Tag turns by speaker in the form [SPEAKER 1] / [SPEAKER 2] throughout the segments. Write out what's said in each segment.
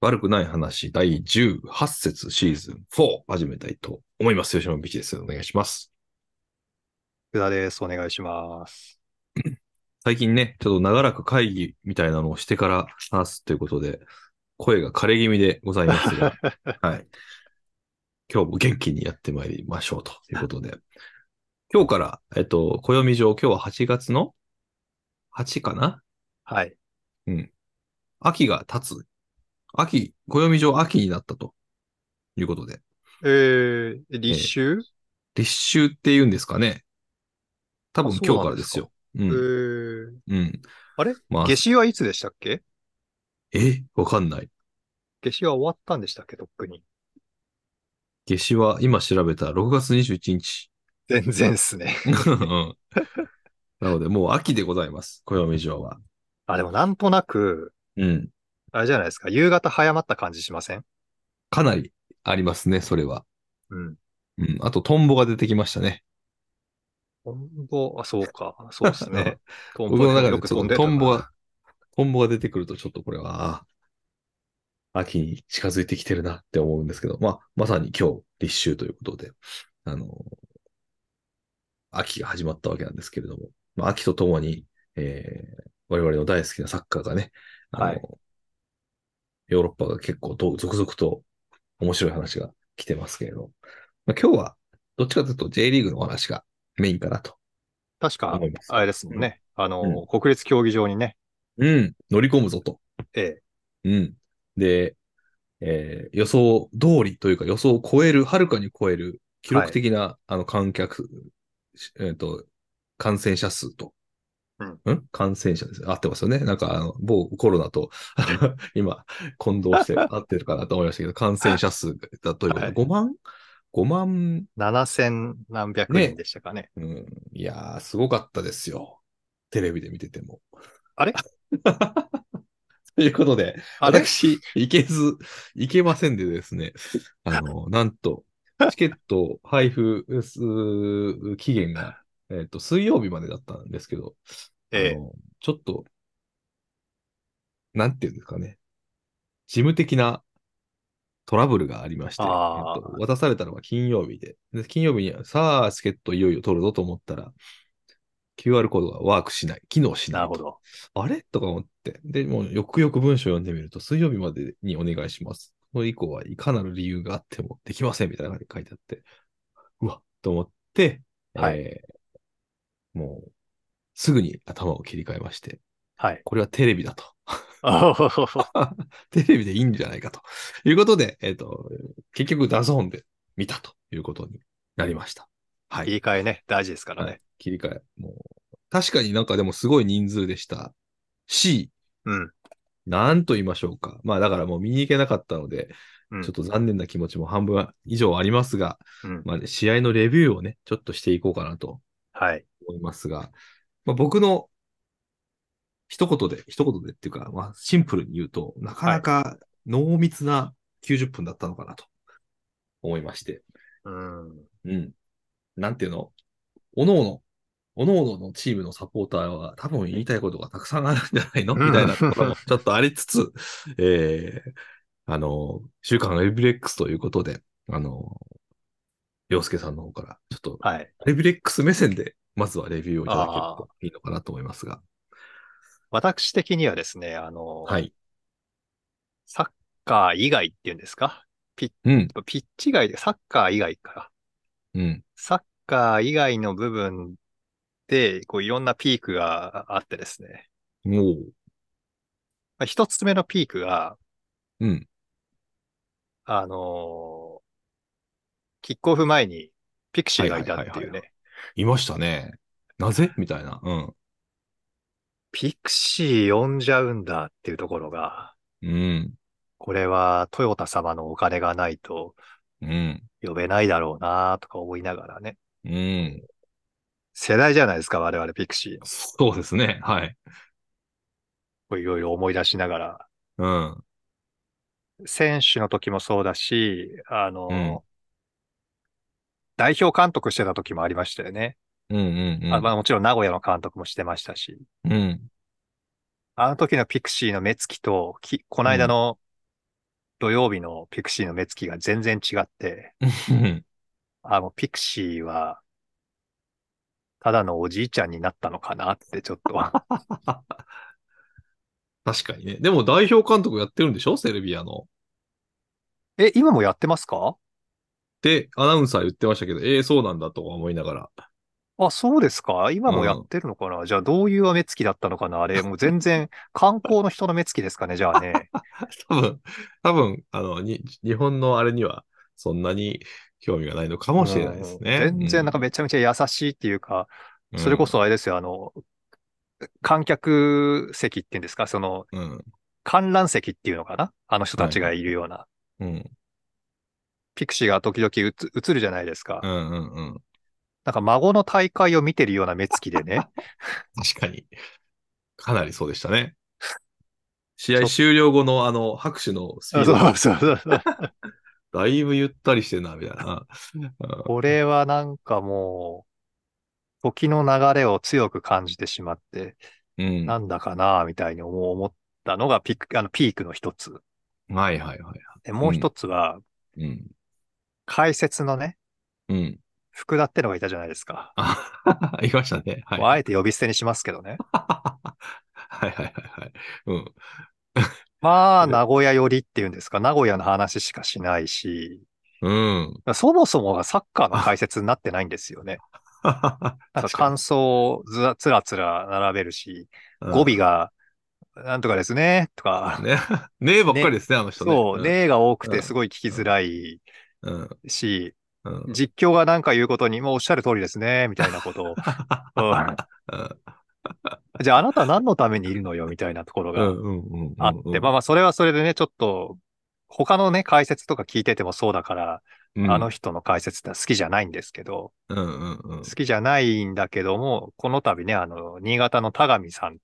[SPEAKER 1] 悪くない話第18節シーズン4始めたいと思います。吉野美希です。お願いします。
[SPEAKER 2] 福田です。お願いします。
[SPEAKER 1] 最近ね、ちょっと長らく会議みたいなのをしてから話すということで、声が枯れ気味でございますが、はい。今日も元気にやってまいりましょうということで。今日から、えっと、暦上、今日は8月の8かな
[SPEAKER 2] はい。
[SPEAKER 1] 秋が経つ。秋、暦上秋になったということで。
[SPEAKER 2] えー、立秋、
[SPEAKER 1] 立秋って言うんですかね。多分
[SPEAKER 2] あそう
[SPEAKER 1] 今
[SPEAKER 2] なん
[SPEAKER 1] 日からですよ。う
[SPEAKER 2] え
[SPEAKER 1] ん。
[SPEAKER 2] ー、
[SPEAKER 1] うん。
[SPEAKER 2] あれ
[SPEAKER 1] まあ
[SPEAKER 2] 夏、至はいつでしたっけ
[SPEAKER 1] えわかんない。
[SPEAKER 2] 夏至は終わったんでしたっけとっ くに。
[SPEAKER 1] 夏至は今調べた6月21日。
[SPEAKER 2] 全然っすね。
[SPEAKER 1] うんなので、もう秋でございます。暦上は。
[SPEAKER 2] あ、でもなんとなく、
[SPEAKER 1] うん。
[SPEAKER 2] あれじゃないですか。夕方早まった感じしません
[SPEAKER 1] かなりありますね、それは。
[SPEAKER 2] うん。
[SPEAKER 1] うん。あと、トンボが出てきましたね。
[SPEAKER 2] トンボ、あ、そうか。そうで すね。ト
[SPEAKER 1] 僕の中
[SPEAKER 2] よ
[SPEAKER 1] で
[SPEAKER 2] く
[SPEAKER 1] ちょ
[SPEAKER 2] 飛
[SPEAKER 1] っ
[SPEAKER 2] ん
[SPEAKER 1] と
[SPEAKER 2] で
[SPEAKER 1] トンボ
[SPEAKER 2] は
[SPEAKER 1] が、トンボが出てくるとちょっとこれは、あー秋に近づいてきてるなって思うんですけど、まあ、まさに今日、立秋ということで、あの、秋が始まったわけなんですけれども、まあ、秋とともに、えー我々の大好きなサッカーがね、あの
[SPEAKER 2] はい
[SPEAKER 1] ヨーロッパが結構と続々と面白い話が来てますけれど、まあ、今日はどっちかというと J リーグのお話がメインかなと
[SPEAKER 2] 確か
[SPEAKER 1] 思、います。
[SPEAKER 2] あれですもんね。あの、国立競技場にね、
[SPEAKER 1] うん、乗り込むぞと。
[SPEAKER 2] ええ、
[SPEAKER 1] うん。で、えー予想通りというか予想を超える、はるかに超える記録的な、あの観客、しえっ、と、感染者数と。
[SPEAKER 2] うん
[SPEAKER 1] 感染者です。合ってますよね。なんか、あの、某コロナと、 今、混同して合ってるかなと思いましたけど、感染者数だということ で、
[SPEAKER 2] はい
[SPEAKER 1] 5万 ?5 万、
[SPEAKER 2] 7000何百
[SPEAKER 1] ね
[SPEAKER 2] 人でしたかね。
[SPEAKER 1] うん、いやー、すごかったですよ。テレビで見てても。
[SPEAKER 2] あれ
[SPEAKER 1] ということで、
[SPEAKER 2] あれ
[SPEAKER 1] 私、行けず、行けませんでですね、あの、なんと、チケット配布す期限が、えっ、と、水曜日までだったんですけど、
[SPEAKER 2] え
[SPEAKER 1] あ
[SPEAKER 2] え、
[SPEAKER 1] のちょっと、なんていうんですかね、事務的なトラブルがありまして、えっ
[SPEAKER 2] あー
[SPEAKER 1] と渡されたのは金曜日でで金曜日に、さあ、チケットいよいよ取るぞと思ったら、QR コードがワークしない、機能しない。
[SPEAKER 2] なるほど。
[SPEAKER 1] あれとか思って。で、もうよくよく文章読んでみると、水曜日までにお願いします。それ以降はいかなる理由があってもできませんみたいな感じで書いてあって、うわっと思って、
[SPEAKER 2] はい
[SPEAKER 1] えーもう、すぐに頭を切り替えまして、
[SPEAKER 2] はい。
[SPEAKER 1] これはテレビだと。
[SPEAKER 2] あほほほ
[SPEAKER 1] テレビでいいんじゃないかということで、えっ、と、結局ダゾーンで見たということになりました。はい
[SPEAKER 2] 切。り替えね、大事ですから
[SPEAKER 1] は
[SPEAKER 2] ね
[SPEAKER 1] い。、切り替え。もう、確かになんかでもすごい人数でしたし、
[SPEAKER 2] うん。
[SPEAKER 1] なんと言いましょうか。まあだからもう見に行けなかったので、
[SPEAKER 2] うん
[SPEAKER 1] ちょっと残念な気持ちも半分以上ありますが、
[SPEAKER 2] うん
[SPEAKER 1] まあね試合のレビューをね、ちょっとしていこうかなと
[SPEAKER 2] はい。
[SPEAKER 1] 思いますが、まあ、僕の一言で、一言でっていうか、まあシンプルに言うと、なかなか濃密な90分だったのかなと思いまして、
[SPEAKER 2] うん。
[SPEAKER 1] うん。なんていうのおのおの、おのおののチームのサポーターは多分言いたいことがたくさんあるんじゃないの
[SPEAKER 2] うん
[SPEAKER 1] みたいなところもちょっとありつ つ、えー、あの、週刊エビレックスということで、あの、洋介さんの方から、ちょっと
[SPEAKER 2] はい。
[SPEAKER 1] エビレックス目線で、まずはレビューをいただけるといいのかなと思いますが。
[SPEAKER 2] 私的にはですね、あの、
[SPEAKER 1] はい。
[SPEAKER 2] サッカー以外っていうんですか
[SPEAKER 1] うん、
[SPEAKER 2] ピッチ以外で、サッカー以外か。
[SPEAKER 1] うん、
[SPEAKER 2] サッカー以外の部分で、こういろんなピークがあってですね。
[SPEAKER 1] もう、
[SPEAKER 2] まあ一つ目のピークが、
[SPEAKER 1] うん、
[SPEAKER 2] あのキックオフ前にピクシーがいた
[SPEAKER 1] は
[SPEAKER 2] って
[SPEAKER 1] い
[SPEAKER 2] い
[SPEAKER 1] はいうはい
[SPEAKER 2] ね。
[SPEAKER 1] いましたね。なぜみたいな。うん。
[SPEAKER 2] ピクシー呼んじゃうんだっていうところが、
[SPEAKER 1] うん、
[SPEAKER 2] これはトヨタ様のお金がないと
[SPEAKER 1] うん、
[SPEAKER 2] 呼べないだろうなとか思いながらね。
[SPEAKER 1] うん。
[SPEAKER 2] 世代じゃないですか、我々ピクシーの。
[SPEAKER 1] そうですね。はい。
[SPEAKER 2] こういろいろ思い出しながら。
[SPEAKER 1] うん、
[SPEAKER 2] 選手の時もそうだし、あの、
[SPEAKER 1] うん
[SPEAKER 2] 代表監督してた時もありましたよね。
[SPEAKER 1] うん、うん、うん。
[SPEAKER 2] あまあもちろん名古屋の監督もしてましたし、
[SPEAKER 1] うん。
[SPEAKER 2] あの時のピクシーの目つきと、きこの間の土曜日のピクシーの目つきが全然違って、あの、ピクシーは、ただのおじいちゃんになったのかなってちょっと。
[SPEAKER 1] 確かにね。でも代表監督やってるんでしょセルビアの。
[SPEAKER 2] え、今もやってますか
[SPEAKER 1] で、アナウンサー言ってましたけど、ええそうなんだとか思いながら。
[SPEAKER 2] あ、そうですか今もやってるのかな、じゃあどういう目つきだったのかなあれ、もう全然観光の人の目つきです かねじゃあね。
[SPEAKER 1] 多分、多分、あの、に、日本のあれにはそんなに興味がないのかもしれないですね。
[SPEAKER 2] うん全然なんかめちゃめちゃ優しいっていうか、
[SPEAKER 1] うん
[SPEAKER 2] それこ、そあれですよ、あの、観客席っていうんですかその、
[SPEAKER 1] うん、
[SPEAKER 2] 観覧席っていうのかなあの人たちがいるような。
[SPEAKER 1] うん、
[SPEAKER 2] ピクシーが時々うつ映るじゃないですか。
[SPEAKER 1] うん、うん、うん。
[SPEAKER 2] なんか孫の大会を見てるような目つきでね。
[SPEAKER 1] 確かに。かなりそうでしたね。試合終了後のあの、拍手のスピードが
[SPEAKER 2] そうそうそう。
[SPEAKER 1] だいぶゆったりしてるな、みたいな。うん
[SPEAKER 2] これはなんかもう、時の流れを強く感じてしまって、
[SPEAKER 1] うん。
[SPEAKER 2] なんだかなみたいに思思ったのがピクあのピークの一つ。
[SPEAKER 1] はいはいは
[SPEAKER 2] でもう一つは、
[SPEAKER 1] い。うん。
[SPEAKER 2] 解説のね、
[SPEAKER 1] うん。
[SPEAKER 2] 福田ってのがいたじゃないですか。
[SPEAKER 1] あ、 いましたね。はい。
[SPEAKER 2] あえて呼び捨てにしますけどね。
[SPEAKER 1] はいはいはいはい。うん。
[SPEAKER 2] まあ、名古屋寄りっていうんですか、名古屋の話しかしないし、
[SPEAKER 1] うん。
[SPEAKER 2] そもそもがサッカーの解説になってないんですよね。なんか
[SPEAKER 1] 確か
[SPEAKER 2] 感想をずらつらつら並べるし、
[SPEAKER 1] に
[SPEAKER 2] 語尾が、なんとかですね、とか、
[SPEAKER 1] ね。 ねえばっかりですね、あの人ね。
[SPEAKER 2] そう、ねえが多く
[SPEAKER 1] う
[SPEAKER 2] て
[SPEAKER 1] ん
[SPEAKER 2] すごい聞きづらい
[SPEAKER 1] うん。
[SPEAKER 2] し、
[SPEAKER 1] うん。うん。
[SPEAKER 2] 実況がなんか言うことに、もうおっしゃる通りですね、みたいなことを。うんじゃああなた何のためにいるのよ、みたいなところ
[SPEAKER 1] うん。
[SPEAKER 2] が
[SPEAKER 1] うん。うん。
[SPEAKER 2] あって、まあまあそれはそれでね、ちょっと、他のね、解説とか聞いててもそうだから、
[SPEAKER 1] うん
[SPEAKER 2] あの、人の解説ってのは好きじゃないんですけど、
[SPEAKER 1] うんうんうん
[SPEAKER 2] 好。きじゃないんだけども、この度ね、あの、新潟の田上さんっ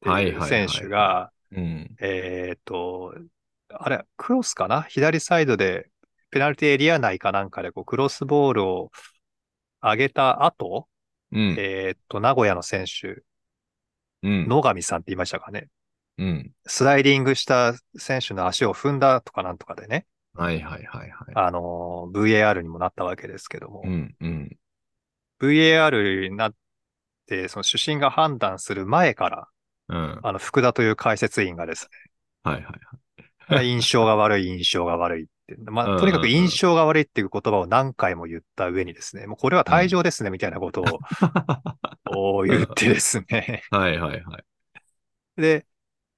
[SPEAKER 2] て
[SPEAKER 1] はいは
[SPEAKER 2] い
[SPEAKER 1] いは
[SPEAKER 2] う
[SPEAKER 1] い
[SPEAKER 2] 選手が、
[SPEAKER 1] うん。
[SPEAKER 2] えーっと、あれ、クロスかな左サイドで、ペナルティーエリア内かなんかで、こう、クロスボールを上げた後、
[SPEAKER 1] うん。
[SPEAKER 2] えーっと、名古屋の選手、
[SPEAKER 1] うん。
[SPEAKER 2] 野上さんって言いましたかね。
[SPEAKER 1] うん。
[SPEAKER 2] スライディングした選手の足を踏んだとかなんとかでね、
[SPEAKER 1] はいはいはいは
[SPEAKER 2] あのー、VAR にもなったわけですけども、
[SPEAKER 1] い。うん。うん。
[SPEAKER 2] VAR になって、その主審が判断する前から、
[SPEAKER 1] うん。はい
[SPEAKER 2] あの、福田という解説員がです
[SPEAKER 1] はい。
[SPEAKER 2] ね、印象が悪い、印象が悪いって、
[SPEAKER 1] うんうん
[SPEAKER 2] ま
[SPEAKER 1] う
[SPEAKER 2] あ、
[SPEAKER 1] ん
[SPEAKER 2] とにかく印象が悪いっていう言葉を何回も言った上にですね、もうこれは退場ですね、みたいな ことをおー言ってですね。
[SPEAKER 1] はいはいはい。
[SPEAKER 2] で、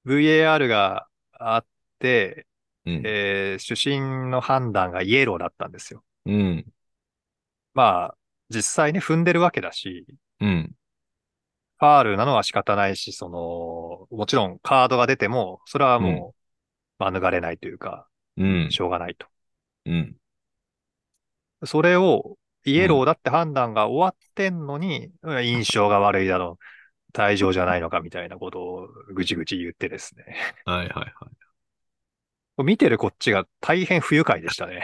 [SPEAKER 2] VAR があって、
[SPEAKER 1] うん。
[SPEAKER 2] えー主審の判断がイエローだったんですよ。
[SPEAKER 1] うん。
[SPEAKER 2] まあ、実際ね、踏んでるわけだし、
[SPEAKER 1] うん。
[SPEAKER 2] ファールなのは仕方ないし、その、もちろんカードが出ても、それはもう免れないというか、
[SPEAKER 1] うん。
[SPEAKER 2] しょうがないと。
[SPEAKER 1] うん。
[SPEAKER 2] それを、イエローだって判断が終わってんのに、印象が悪いだろう、退場じゃないのかみたいなことをぐちぐち言ってですね。
[SPEAKER 1] はいはいはい。
[SPEAKER 2] 見てるこっちが大変不愉快でしたね。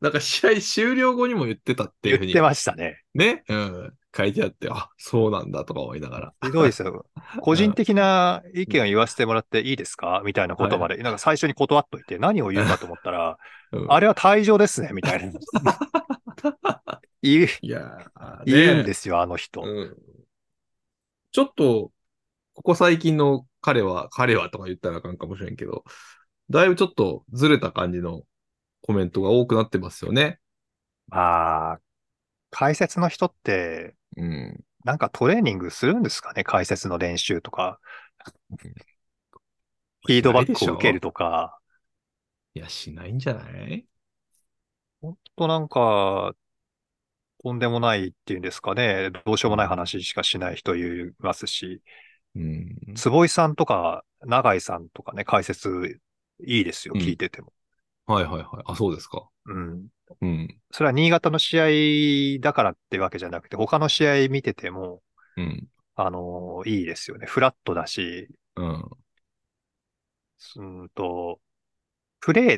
[SPEAKER 1] なんか試合終了後にも言ってたっていうふう
[SPEAKER 2] 言っ
[SPEAKER 1] に
[SPEAKER 2] てましたね。
[SPEAKER 1] ね、うん、書いてあって、あ、そうなんだとか思いながら。
[SPEAKER 2] ひどいです よ。個人的な意見を言わせてもらっていいですかみたいなことまで、なんか最初に断っといて、何を言うかと思ったら、
[SPEAKER 1] うん
[SPEAKER 2] あれは退場ですね、みたいな。 言う
[SPEAKER 1] いやー、、
[SPEAKER 2] 言うんですすよ、あの人。
[SPEAKER 1] うん。ちょっと、ここ最近の彼は、彼はとか言ったらあかんかもしれんけど、だいぶちょっとずれた感じのコメントが多くなってますよね。
[SPEAKER 2] まあ、解説の人って、
[SPEAKER 1] うん。
[SPEAKER 2] なんかトレーニングするんですかね解説の練習とか。フィードバックを受けるとか。
[SPEAKER 1] いや、しないんじゃない
[SPEAKER 2] ほんとなんか、とんでもないっていうんですかね。どうしようもない話しかしない人いますし。
[SPEAKER 1] うん。
[SPEAKER 2] 坪井さんとか、永井さんとかね、解説いいですよ。
[SPEAKER 1] うん
[SPEAKER 2] 聞いてても。
[SPEAKER 1] はいはいはい。あ、そうですか。
[SPEAKER 2] うん。
[SPEAKER 1] うん。
[SPEAKER 2] それは新潟の試合だからってわけじゃなくて、他の試合見てても、
[SPEAKER 1] うん。
[SPEAKER 2] あのいいですよね。フラットだし、
[SPEAKER 1] うん。
[SPEAKER 2] うーんと、プレ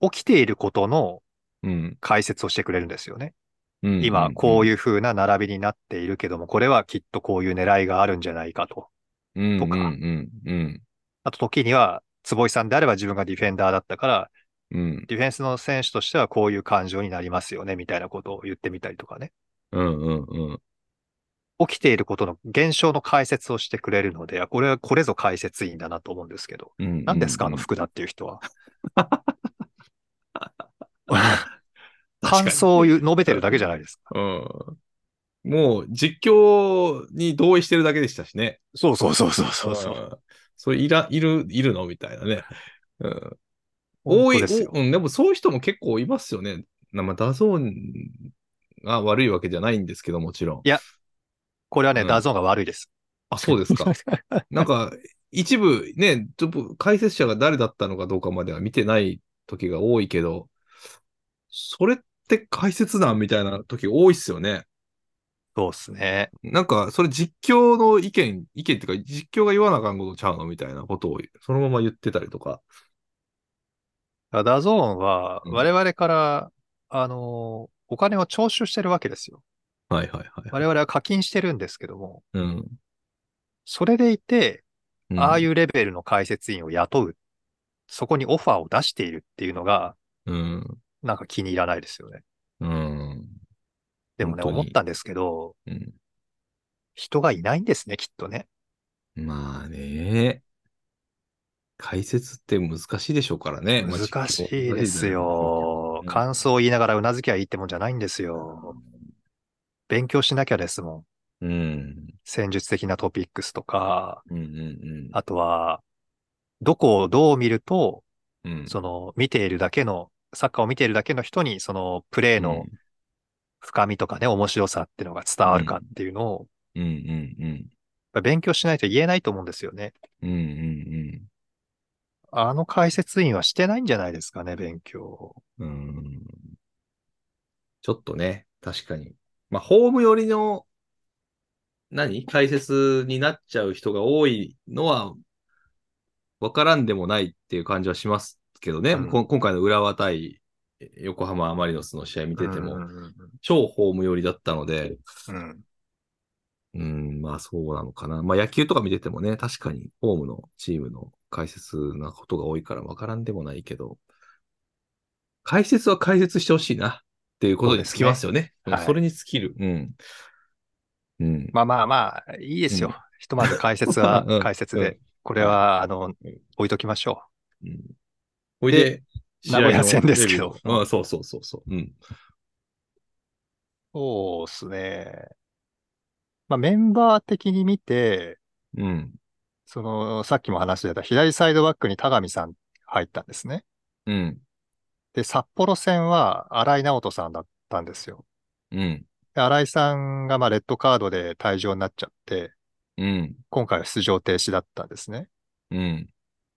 [SPEAKER 2] イ、起きていることの
[SPEAKER 1] うん。
[SPEAKER 2] 解説をしてくれるんですよね。
[SPEAKER 1] うん。
[SPEAKER 2] 今、こう
[SPEAKER 1] い
[SPEAKER 2] いう風な並びになっているけども、これはきっとこういう狙いがあるんじゃないかと。
[SPEAKER 1] うん、
[SPEAKER 2] とか
[SPEAKER 1] うん。うん。うん。
[SPEAKER 2] あと、時には、坪井さんであれば自分がディフェンダーだったから、
[SPEAKER 1] うん。
[SPEAKER 2] ディフェンスの選手としてはこういう感情になりますよね、みたいなことを言ってみたりとかね。
[SPEAKER 1] うんうんうん。
[SPEAKER 2] 起きていることの現象の解説をしてくれるので、あこれはこれぞ解説員だなと思うんですけど、
[SPEAKER 1] うんうんうん
[SPEAKER 2] 何ですか、あの福田っていう 人は。
[SPEAKER 1] 確かに
[SPEAKER 2] 感想を言う述べてるだけじゃないですか。
[SPEAKER 1] うん。もう実況に同意してるだけでしたしね。
[SPEAKER 2] そうそうそうそうそ
[SPEAKER 1] んそれいら、いる、いるのみたいなね。うん。多い、
[SPEAKER 2] ですよ
[SPEAKER 1] お。うん、でもそういう人も結構いますよね。なまあ、ダゾーンが悪いわけじゃないんですけど、もちろん。
[SPEAKER 2] これはね、
[SPEAKER 1] うん
[SPEAKER 2] ダゾーンが悪い です。
[SPEAKER 1] あ、そうです か。なんか、一部ね、ちょっと解説者が誰だったのかどうかまでは見てない時が多いけど、それって解説団みたいな時多いっすよね。
[SPEAKER 2] そうですね。
[SPEAKER 1] なんか、それ実況の意見、意見っていうか、実況が言わなあかんことちゃうのみたいなことをそのまま言ってたりとか。
[SPEAKER 2] だからダゾーンは、
[SPEAKER 1] うん
[SPEAKER 2] 我々から、あのーお金を徴収してるわけですよ。
[SPEAKER 1] はいはいはい。
[SPEAKER 2] 我々は課金してるんですけども、
[SPEAKER 1] うん。
[SPEAKER 2] それでいて、
[SPEAKER 1] うん
[SPEAKER 2] ああいうレベルの解説員を雇う、そこにオファーを出しているっていうのが、
[SPEAKER 1] うん。
[SPEAKER 2] なんか気に入らないですよね。
[SPEAKER 1] うん。
[SPEAKER 2] でもね、
[SPEAKER 1] 本当に
[SPEAKER 2] 思ったんですけど、
[SPEAKER 1] うん
[SPEAKER 2] 人がいないんですね、きっとね。
[SPEAKER 1] まあね。解説って難しいでしょうからね。まあ
[SPEAKER 2] 難しいです。
[SPEAKER 1] 実況難しいんだろう
[SPEAKER 2] よ
[SPEAKER 1] け。ど
[SPEAKER 2] 感想を言いながらうなずきゃいいってもんじゃないんですよ。勉強しなきゃですもん。
[SPEAKER 1] うん。
[SPEAKER 2] 戦術的なトピックスとか、
[SPEAKER 1] うんうん
[SPEAKER 2] あとは、どこをどう見ると、
[SPEAKER 1] うん。うん
[SPEAKER 2] その、見ているだけの、サッカーを見ているだけの人に、その、プレーの深みとかね、面白さっていうのが伝わるかっていうのを、
[SPEAKER 1] うんうんうん。
[SPEAKER 2] やっぱ勉強しないと言えないと思うんですよね。
[SPEAKER 1] うんうん
[SPEAKER 2] あの解説員はしてないんじゃないですかね、勉強を。
[SPEAKER 1] うん。うん。ちょっとね、確かに。まあ、ホーム寄りの、何解説になっちゃう人が多いのは、わからんでもないっていう感じはしますけどね。
[SPEAKER 2] うん
[SPEAKER 1] こ今回の浦和対横浜マリノスの試合見てて
[SPEAKER 2] う
[SPEAKER 1] も、
[SPEAKER 2] んうん
[SPEAKER 1] 超ホーム寄りだったので、
[SPEAKER 2] うんうん
[SPEAKER 1] うん、まあそうなのかな。まあ野球とか見ててもね、確かにホームのチームの解説なことが多いから分からんでもないけど、解説は解説してほしいなっていうことに尽きますよね。
[SPEAKER 2] そうですね
[SPEAKER 1] うんそれに尽きる。うん。うん。
[SPEAKER 2] まあまあまあ、いいですよ。
[SPEAKER 1] うん
[SPEAKER 2] ひとまず解説 は
[SPEAKER 1] うん
[SPEAKER 2] 解説
[SPEAKER 1] う
[SPEAKER 2] で
[SPEAKER 1] ん。
[SPEAKER 2] これは、あの、置いときましょ
[SPEAKER 1] うんほいで、試合の
[SPEAKER 2] 名古屋戦ですけど
[SPEAKER 1] レビューうん、そうそうそうそう。うん。
[SPEAKER 2] う。そうですね。まあメンバー的に見て、
[SPEAKER 1] うん。
[SPEAKER 2] その、さっきも話してた左サイドバックに田上さん入ったんですね。
[SPEAKER 1] うん。
[SPEAKER 2] で、札幌戦は荒井直人さんだったんですよ。
[SPEAKER 1] うん。
[SPEAKER 2] で荒井さんがまあレッドカードで退場になっちゃって、
[SPEAKER 1] うん。
[SPEAKER 2] 今回は出場停止だったんですね。
[SPEAKER 1] うん。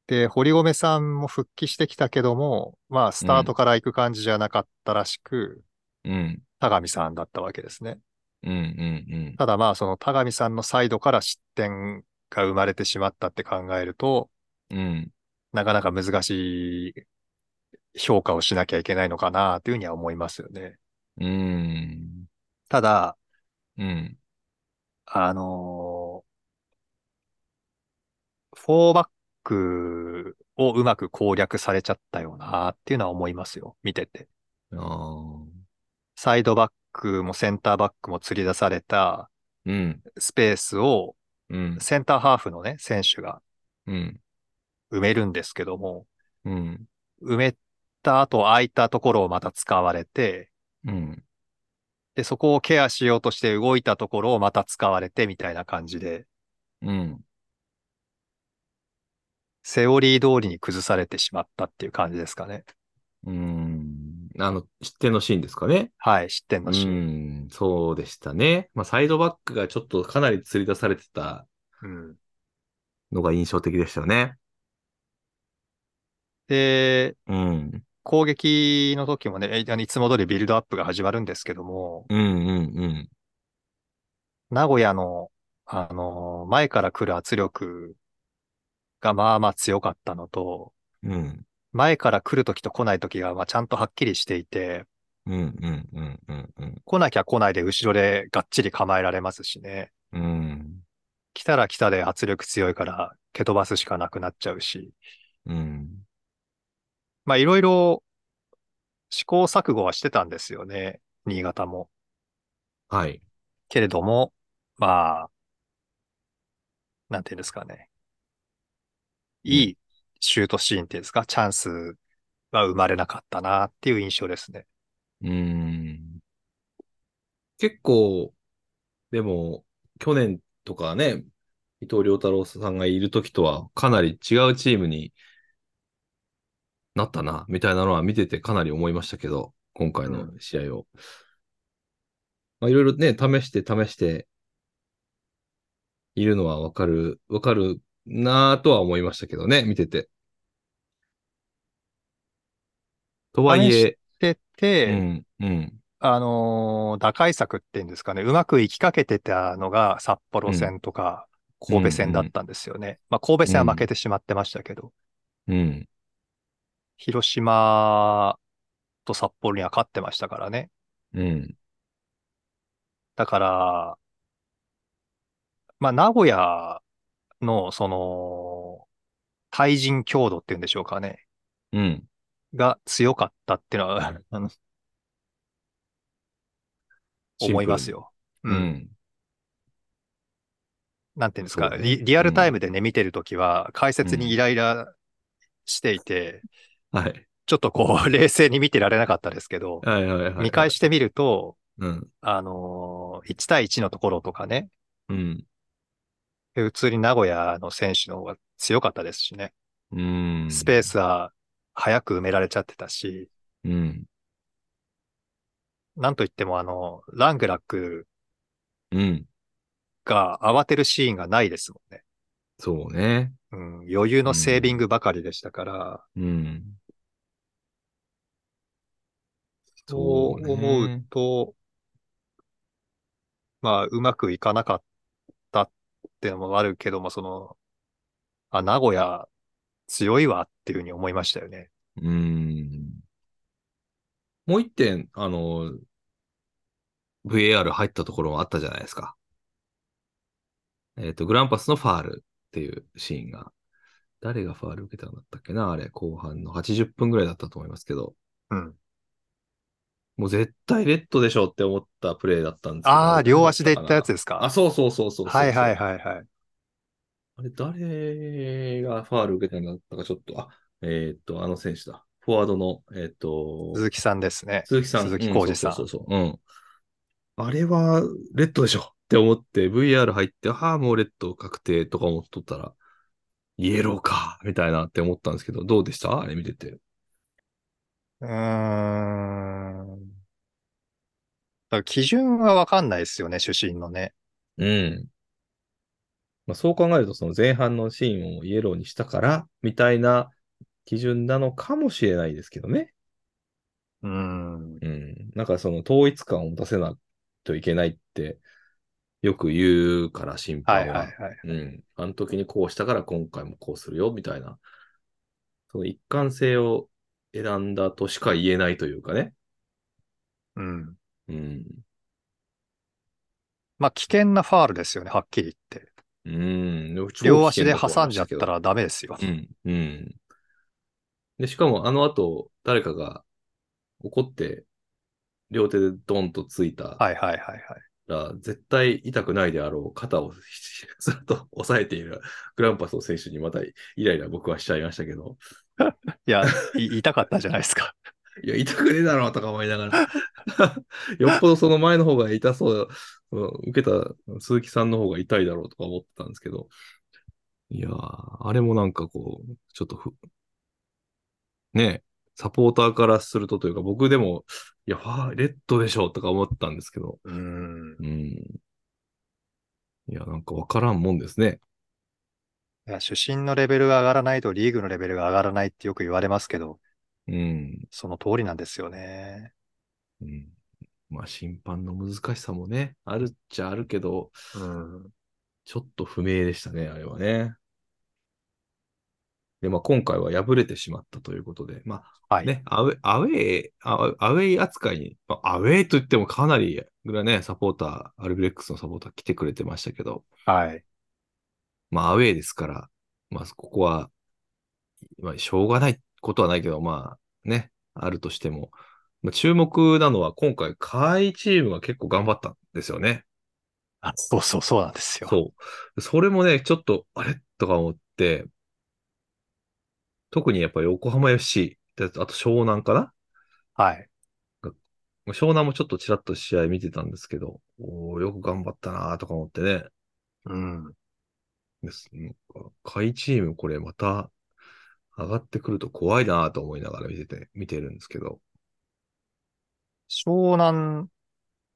[SPEAKER 2] で、堀米さんも復帰してきたけども、まあ、スタートから行く感じじゃなかったらしく、
[SPEAKER 1] うん。
[SPEAKER 2] 田上さんだったわけですね。
[SPEAKER 1] うん。うん。
[SPEAKER 2] ただまあ、その田上さんのサイドから失点が生まれてしまったって考えると、
[SPEAKER 1] うん。
[SPEAKER 2] なかなか難しい評価をしなきゃいけないのかなというふうには思いますよね。
[SPEAKER 1] うん。
[SPEAKER 2] ただ、
[SPEAKER 1] うん。
[SPEAKER 2] あのーフォーバックをうまく攻略されちゃったよなっていうのは思いますよ。見てて。
[SPEAKER 1] ああ。
[SPEAKER 2] サイドバックもセンターバックも釣り出された
[SPEAKER 1] うん。
[SPEAKER 2] スペースを
[SPEAKER 1] うん。
[SPEAKER 2] センターハーフのね、選手が
[SPEAKER 1] うん。
[SPEAKER 2] 埋めるんですけども、
[SPEAKER 1] うん。
[SPEAKER 2] 埋めた後空いたところをまた使われて、
[SPEAKER 1] うん。
[SPEAKER 2] で、そこをケアしようとして動いたところをまた使われてみたいな感じで、
[SPEAKER 1] うん。
[SPEAKER 2] セオリー通りに崩されてしまったっていう感じですかね。
[SPEAKER 1] うん。あの、失点のシーンですかね。
[SPEAKER 2] はい、失点
[SPEAKER 1] う
[SPEAKER 2] のシーン。
[SPEAKER 1] ん。そうでしたね。まあ、サイドバックがちょっとかなり釣り出されてた
[SPEAKER 2] うん
[SPEAKER 1] のが印象的でしたよね。
[SPEAKER 2] で、
[SPEAKER 1] うん。
[SPEAKER 2] 攻撃の時もね、えあのいつも通りビルドアップが始まるんですけども、
[SPEAKER 1] うんうん
[SPEAKER 2] 名古屋の、あの、前から来る圧力がまあまあ強かったのと、
[SPEAKER 1] うん。うん。
[SPEAKER 2] 前から来るときと来ないときがまあちゃんとはっきりしていて、
[SPEAKER 1] うんうんうんうんうん。
[SPEAKER 2] 来なきゃ来ないで後ろでがっちり構えられますしね。
[SPEAKER 1] うん。
[SPEAKER 2] 来たら来たで圧力強いから蹴飛ばすしかなくなっちゃうし、
[SPEAKER 1] うん。
[SPEAKER 2] まあいろいろ試行錯誤はしてたんですよね。新潟も。
[SPEAKER 1] はい。
[SPEAKER 2] けれども、まあ、なんていうんですかね。いいシュートシーンっていうんですか、チャンスは生まれなかったなっていう印象ですね。
[SPEAKER 1] うん。結構、でも、去年とかね、伊藤良太郎さんがいる時とはかなり違うチームになったな、みたいなのは見ててかなり思いましたけど、今回の試合を。まあ、いろいろね、試して試しているのはわかる、わかるなぁとは思いましたけどね、見てて。とはいえ、
[SPEAKER 2] で、
[SPEAKER 1] う
[SPEAKER 2] て、
[SPEAKER 1] ん、うん。
[SPEAKER 2] あのー打開策っていうんですかね、うまく行きかけてたのが札幌戦とか神戸戦だったんですよね。まあ神戸戦は負けてしまってましたけど、
[SPEAKER 1] うん。
[SPEAKER 2] 広島と札幌には勝ってましたからね。
[SPEAKER 1] うん。
[SPEAKER 2] だから、まあ、名古屋の、その、対人強度っていうんでしょうかね、
[SPEAKER 1] うん。
[SPEAKER 2] が強かったっていうのは、 あの思います
[SPEAKER 1] よ。
[SPEAKER 2] よ。
[SPEAKER 1] う
[SPEAKER 2] うん。
[SPEAKER 1] ん。
[SPEAKER 2] なんていうんです
[SPEAKER 1] そ
[SPEAKER 2] か、
[SPEAKER 1] うね
[SPEAKER 2] リ、リアルタイムでね、見てるときは、解説にイライラしていて、
[SPEAKER 1] はい。
[SPEAKER 2] ちょっとこう、冷 静に見てられなかったですけど、
[SPEAKER 1] はいはいはいはい。
[SPEAKER 2] 見返してみると、
[SPEAKER 1] うん。
[SPEAKER 2] あのー、1対1のところとかね、
[SPEAKER 1] うん。
[SPEAKER 2] 普通に名古屋の選手の方が強かったですしね。
[SPEAKER 1] うん。
[SPEAKER 2] スペー
[SPEAKER 1] ス。
[SPEAKER 2] スは早く埋められちゃってたし、
[SPEAKER 1] うん。
[SPEAKER 2] なんといってもあの、ラングラック
[SPEAKER 1] うん。
[SPEAKER 2] が慌てるシーンがないですもんね。
[SPEAKER 1] そうね。
[SPEAKER 2] うん、余裕のセービングばかりでしたから、
[SPEAKER 1] うん。
[SPEAKER 2] そう思うと、まあ、うまくいかなかったってのもあるけども、その、あ、名古屋強いわっていうふうに思いましたよね。
[SPEAKER 1] うん。もう一点、あの、VAR 入ったところもあったじゃないですか。えっと、グランパスのファールっていうシーンが。誰がファール受けたんだったっけなあれ、後半の80分ぐらいだったと思いますけど。
[SPEAKER 2] うん。
[SPEAKER 1] もう絶対レッドでしょって思ったプレーだったんですけど
[SPEAKER 2] ああ、両足でいったやつ
[SPEAKER 1] 誰だ
[SPEAKER 2] です
[SPEAKER 1] たかなあ、
[SPEAKER 2] か。
[SPEAKER 1] そうそうそうそうそう
[SPEAKER 2] はいはいはいはい。
[SPEAKER 1] あれ、誰がファール受けたんだったか、ちょっと、あ、えーっと、あの選手だ。フォワードの、えーっと、
[SPEAKER 2] 鈴木さんですね。
[SPEAKER 1] 鈴木さん。
[SPEAKER 2] 鈴木浩二さん
[SPEAKER 1] うそうそうそううん。あれは、レッドでしょって思って、VR 入って、ああ、もうレッド確定とか思っとったら、イエローか、みたいなって思ったんですけど、どうでしたあれ見てて。
[SPEAKER 2] うーん。だから基準はわかんないですよね、主審のね。
[SPEAKER 1] うん。まあ、そう考えると、その前半のシーンをイエローにしたから、みたいな基準なのかもしれないですけどね。
[SPEAKER 2] うーん。
[SPEAKER 1] うん。なんかその統一感を出せないといけないって、よく言うから、審
[SPEAKER 2] は
[SPEAKER 1] 判
[SPEAKER 2] い
[SPEAKER 1] は。
[SPEAKER 2] はいはい。
[SPEAKER 1] うん。あの時にこうしたから今回もこうするよ、みたいな。その一貫性を選んだとしか言えないというかね。
[SPEAKER 2] うん。
[SPEAKER 1] うん。
[SPEAKER 2] まあ、危険なファールですよね、はっきり言って。
[SPEAKER 1] うん。
[SPEAKER 2] 両足で挟んじゃった
[SPEAKER 1] ら
[SPEAKER 2] らダメですよ。
[SPEAKER 1] うん、うん。で、しかもあの後、誰かが怒って、両手でドンとついた
[SPEAKER 2] はいはいはいはい。
[SPEAKER 1] ら、絶対痛くないであろう肩をひらっと押さえているグランパスの選手にまたイライラ僕はしちゃいましたけど、
[SPEAKER 2] いや、い 痛かったじゃないですか。
[SPEAKER 1] いや、痛くねえだろとか思いながら、 よっぽどその前の方が痛そう、うん受けた鈴木さんの方が痛いだろうとか思ってたんですけど、いやー、あれもなんかこう、ちょっとふ、ねえ、サポーターからするとというか、僕でも、いや、ファーレッドでしょとか思ってたんですけど、
[SPEAKER 2] うーん。
[SPEAKER 1] うん。いや、なんかわからんもんですね。
[SPEAKER 2] いや主審のレベルが上がらないとリーグのレベルが上がらないってよく言われますけど、
[SPEAKER 1] うん。
[SPEAKER 2] その通りなんですよね。
[SPEAKER 1] うん、まあ、審判の難しさもね、あるっちゃあるけど、
[SPEAKER 2] うん。
[SPEAKER 1] ちょっと不明でしたね、あれはね。で、まあ、今回は敗れてしまったということで、ま
[SPEAKER 2] は
[SPEAKER 1] あ
[SPEAKER 2] い。
[SPEAKER 1] ね、アウェイ、アウェイ、アアウェイ扱いに、まあ、アウェイと言ってもかなりぐらいね、サポーター、アルビレックスのサポーター来てくれてましたけど、
[SPEAKER 2] はい。
[SPEAKER 1] まあ、アウェイですから、まあ、ここはまあ、しょうがないことはないけど、まあね、あるとしても、まあ、注目なのは今回、下位チームが結構頑張ったんですよね。
[SPEAKER 2] あそうそう、そうなんですよ。
[SPEAKER 1] そう。それもね、ちょっと、あれとか思って、特にやっぱり横浜 FC、であと湘南かな
[SPEAKER 2] はい。
[SPEAKER 1] 湘南もちょっとちらっと試合見てたんですけど、おーよく頑張ったなーとか思ってね。
[SPEAKER 2] うん。
[SPEAKER 1] ですなんか下位チームこれまた上がってくると怖いなーと思いながら見てて、見てるんですけど。
[SPEAKER 2] 湘南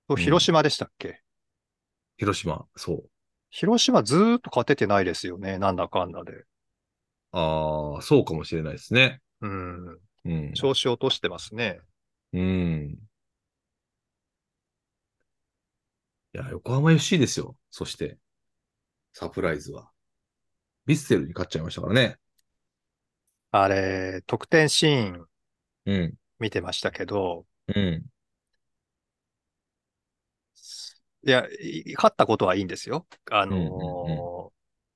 [SPEAKER 2] と広島でしたっけ、
[SPEAKER 1] 広島、そう。
[SPEAKER 2] 広島ずーっと勝ててないですよね。なんだかんだで。
[SPEAKER 1] ああ、そうかもしれないですね。
[SPEAKER 2] うん。
[SPEAKER 1] うん。
[SPEAKER 2] 調子落としてますね。
[SPEAKER 1] うん。いや、横浜 FC ですよ。そして、サプライズは。ヴィッセルに勝っちゃいましたからね。
[SPEAKER 2] あれ、得点シーン
[SPEAKER 1] うん。
[SPEAKER 2] 見てましたけど、
[SPEAKER 1] うん。
[SPEAKER 2] いや、い勝ったことはいいんですよ。あの
[SPEAKER 1] う
[SPEAKER 2] ー
[SPEAKER 1] んうん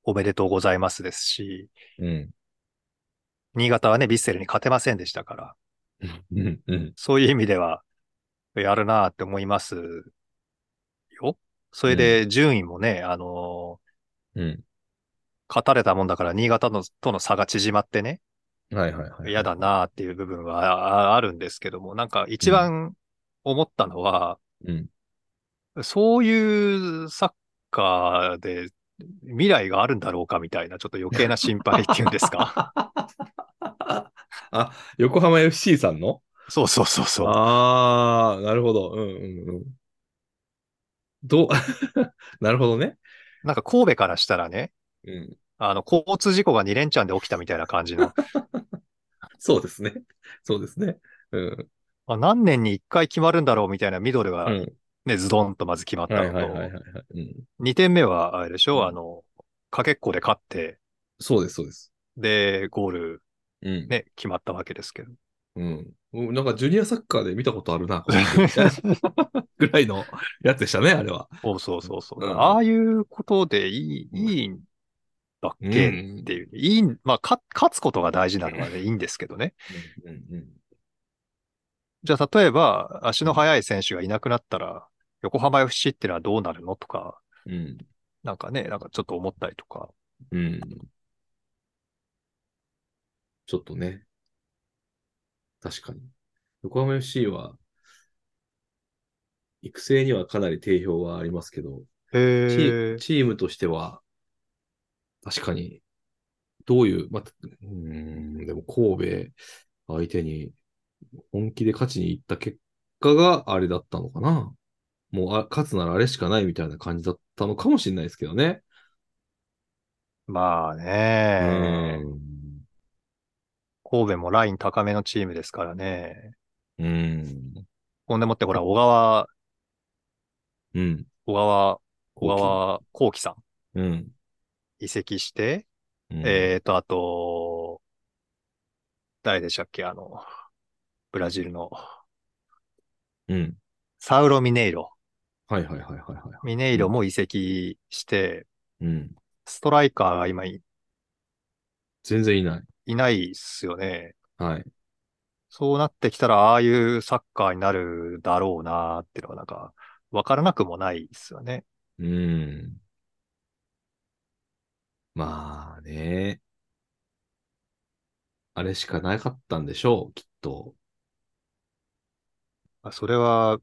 [SPEAKER 2] おめでとうございますですし、
[SPEAKER 1] うん。
[SPEAKER 2] 新潟はね、ヴィッセルに勝てませんでしたから、
[SPEAKER 1] うん。うん。
[SPEAKER 2] そういう意味では、やるなって思いますよ。それで、順位もね、あの
[SPEAKER 1] うん。
[SPEAKER 2] ー勝たれたもんだから、新潟のとの差が縮まってね、
[SPEAKER 1] はいはいはい。
[SPEAKER 2] 嫌だなっていう部分はああるんですけども、なんか一番思ったのは、
[SPEAKER 1] うん。
[SPEAKER 2] そういうサッカーで未来があるんだろうかみたいな、ちょっと余計な心配っていうんですか。
[SPEAKER 1] あ、横浜 FC さんの
[SPEAKER 2] そうそうそうそう。
[SPEAKER 1] ああ、なるほど。うんうんうん。どう、 なるほどね。
[SPEAKER 2] なんか神戸からしたらね、
[SPEAKER 1] うん。
[SPEAKER 2] あの、交通事故が2連チャンで起きたみたいな感じ の、
[SPEAKER 1] そうですね。そうですね。うん。
[SPEAKER 2] あ何年に1回決まるんだろうみたいなミドルが
[SPEAKER 1] う
[SPEAKER 2] ね、
[SPEAKER 1] ん。
[SPEAKER 2] ズドンとまず決まった
[SPEAKER 1] はい
[SPEAKER 2] の
[SPEAKER 1] はいはいはい、
[SPEAKER 2] と、
[SPEAKER 1] はいうん。
[SPEAKER 2] 2点目は、あれでし
[SPEAKER 1] うん
[SPEAKER 2] ょ、あの、かけっこで勝って、
[SPEAKER 1] そうです、そうです。
[SPEAKER 2] で、ゴール
[SPEAKER 1] うん。
[SPEAKER 2] ね、決まったわけですけど。
[SPEAKER 1] うん。うんなんかジュニアサッカーで見たことあるな、この人みたいな ぐらいのやつでしたね、あれは。
[SPEAKER 2] そうそうそうそう。
[SPEAKER 1] うん
[SPEAKER 2] ああいうことでいい、いいんだっ
[SPEAKER 1] う
[SPEAKER 2] け、っ
[SPEAKER 1] ん
[SPEAKER 2] ていう、いい、まあ、か勝つことが大事なのはね、いいんですけどね。
[SPEAKER 1] うんうん
[SPEAKER 2] じゃあ、例えば、足の速い選手がいなくなったら、横浜 FC ってのはどうなるのとか、
[SPEAKER 1] うん。
[SPEAKER 2] なんかね、なんかちょっと思ったりとか。
[SPEAKER 1] うん。うん。ちょっとね。確かに。横浜 FC は、育成にはかなり定評はありますけど、チ
[SPEAKER 2] へ
[SPEAKER 1] ーチームとしては、確かに、どういう、まあ、うーん、でも神戸相手に本気で勝ちに行った結果があれだったのかな。もうあ、勝つならあれしかないみたいな感じだったのかもしれないですけどね。
[SPEAKER 2] まあ
[SPEAKER 1] う
[SPEAKER 2] ね、
[SPEAKER 1] ん。
[SPEAKER 2] 神戸もライン高めのチームですからね。
[SPEAKER 1] うん。
[SPEAKER 2] ほんでもって、ほら、小川、
[SPEAKER 1] うん。
[SPEAKER 2] 小川、小
[SPEAKER 1] 後期
[SPEAKER 2] 川幸輝さん
[SPEAKER 1] うん。
[SPEAKER 2] 移籍して、
[SPEAKER 1] うん
[SPEAKER 2] えーと、あと、誰でしたっけあの、ブラジルの
[SPEAKER 1] うん。
[SPEAKER 2] サウロ・ミネイロ。
[SPEAKER 1] はいはいはいはいは
[SPEAKER 2] ミネイロも移籍して、
[SPEAKER 1] い。うん。
[SPEAKER 2] ストライカーが今い
[SPEAKER 1] 全然いない。
[SPEAKER 2] いないっすよね。
[SPEAKER 1] はい。
[SPEAKER 2] そうなってきたら、ああいうサッカーになるだろうなーっていうのはなんか、わからなくもないっすよね。
[SPEAKER 1] うん。まあね。あれしかなかったんでしょう、きっと。
[SPEAKER 2] まあそれは、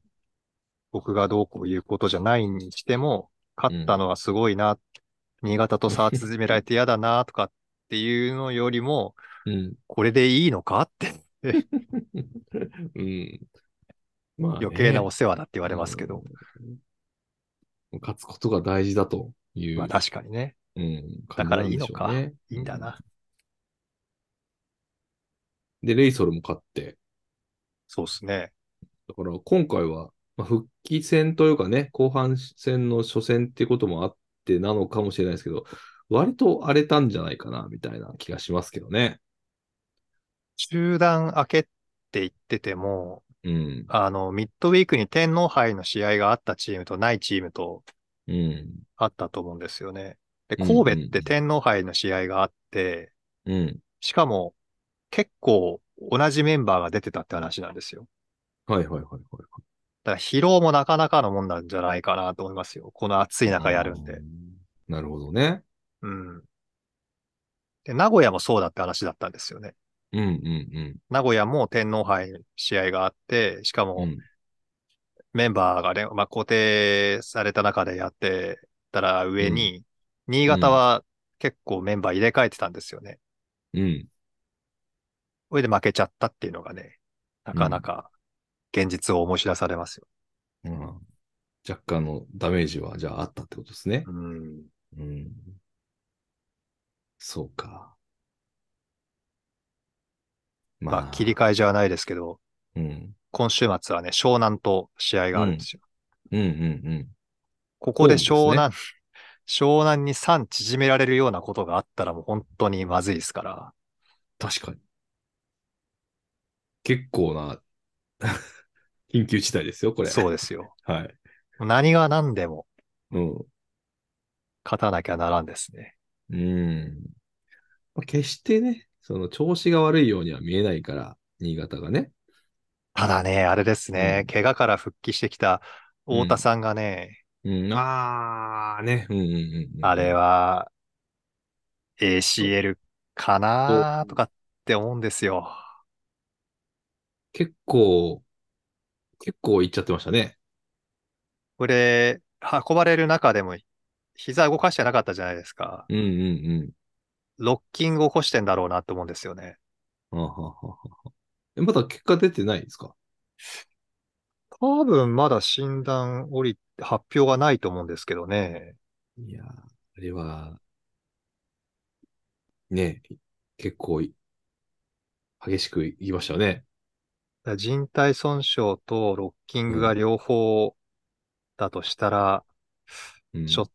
[SPEAKER 2] 僕がどうこう言うことじゃないにしても、勝ったのはすごいな、新潟と差縮められて嫌だなとかっていうのよりも、
[SPEAKER 1] うん。
[SPEAKER 2] これでいいのかって
[SPEAKER 1] うん。まあ、ね、
[SPEAKER 2] 余計なお世話だって言われますけど。
[SPEAKER 1] うん勝つことが大事だという。
[SPEAKER 2] まあ確かにね、
[SPEAKER 1] うん。
[SPEAKER 2] だからいいのか
[SPEAKER 1] 感じなんでしょうね
[SPEAKER 2] いいんだな。
[SPEAKER 1] で、レイソルも勝って。
[SPEAKER 2] そうっすね。
[SPEAKER 1] だから今回は、まあ、復帰戦というかね、後半戦の初戦ってこともあってなのかもしれないですけど、割と荒れたんじゃないかな、みたいな気がしますけどね。
[SPEAKER 2] 中断明けって言ってても、
[SPEAKER 1] うん。
[SPEAKER 2] あの、ミッドウィークに天皇杯の試合があったチームとないチームと
[SPEAKER 1] うん。
[SPEAKER 2] あったと思うんですよね。で、
[SPEAKER 1] うんうん
[SPEAKER 2] 神戸って天皇杯の試合があって、
[SPEAKER 1] うん。
[SPEAKER 2] しかも結構同じメンバーが出てたって話なんですよ。
[SPEAKER 1] はいはいはいはい。
[SPEAKER 2] だから疲労もなかなかのもんなんじゃないかなと思いますよ。この暑い中やるん
[SPEAKER 1] あー
[SPEAKER 2] で。。
[SPEAKER 1] なるほどね。
[SPEAKER 2] うん。で、名古屋もそうだって話だったんですよね。
[SPEAKER 1] うんうん
[SPEAKER 2] 名古屋も天皇杯試合があって、しか
[SPEAKER 1] うん。う
[SPEAKER 2] も
[SPEAKER 1] ん
[SPEAKER 2] メンバーがね、まあ、固定された中でやってたら上に、新潟は結構メンバー入れ替えてたんですよね。
[SPEAKER 1] うん。
[SPEAKER 2] それで負けちゃったっていうのがね、なかなか現実を思い知らされますよ。
[SPEAKER 1] うん。若干のダメージは、じゃああったってことですね。
[SPEAKER 2] うん。
[SPEAKER 1] うん。そうか。
[SPEAKER 2] まあ、切り替えじゃないですけど、
[SPEAKER 1] うん。
[SPEAKER 2] 今週末はね、湘南と試合があるんですよ。
[SPEAKER 1] うんうんうん。
[SPEAKER 2] ここで
[SPEAKER 1] そう
[SPEAKER 2] 湘
[SPEAKER 1] ですね
[SPEAKER 2] 南、湘南に3縮められるようなことがあったらもう本当にまずいですから。
[SPEAKER 1] 確かに。結構な 緊急事態ですよ、これ。
[SPEAKER 2] そうですよ。
[SPEAKER 1] はい。
[SPEAKER 2] もう何が何でも
[SPEAKER 1] うん。
[SPEAKER 2] 勝たなきゃならんですね。
[SPEAKER 1] うん。まあ決してね、その調子が悪いようには見えないから、新潟がね。
[SPEAKER 2] ただね、あれですね、
[SPEAKER 1] うん
[SPEAKER 2] 怪我から復帰してきた太田さんがね、
[SPEAKER 1] うん、あーね。うんうんうんうん。
[SPEAKER 2] あれは ACL かなとかって思うんですよ。
[SPEAKER 1] 結構、結構いっちゃってましたね。
[SPEAKER 2] これ、運ばれる中でも膝動かしてなかったじゃないですか。
[SPEAKER 1] うんうん
[SPEAKER 2] ロッキング起こしてんだろうなと思うんですよね。
[SPEAKER 1] うん。あははははえまだ結果出てないんですか
[SPEAKER 2] 多分まだ診断おり、発表がないと思うんですけどね。
[SPEAKER 1] いやー、あれは、ね、結構い、激しくいきましたよね。
[SPEAKER 2] だから人体損傷とロッキングが両方だとしたら、
[SPEAKER 1] うん、
[SPEAKER 2] ちょっ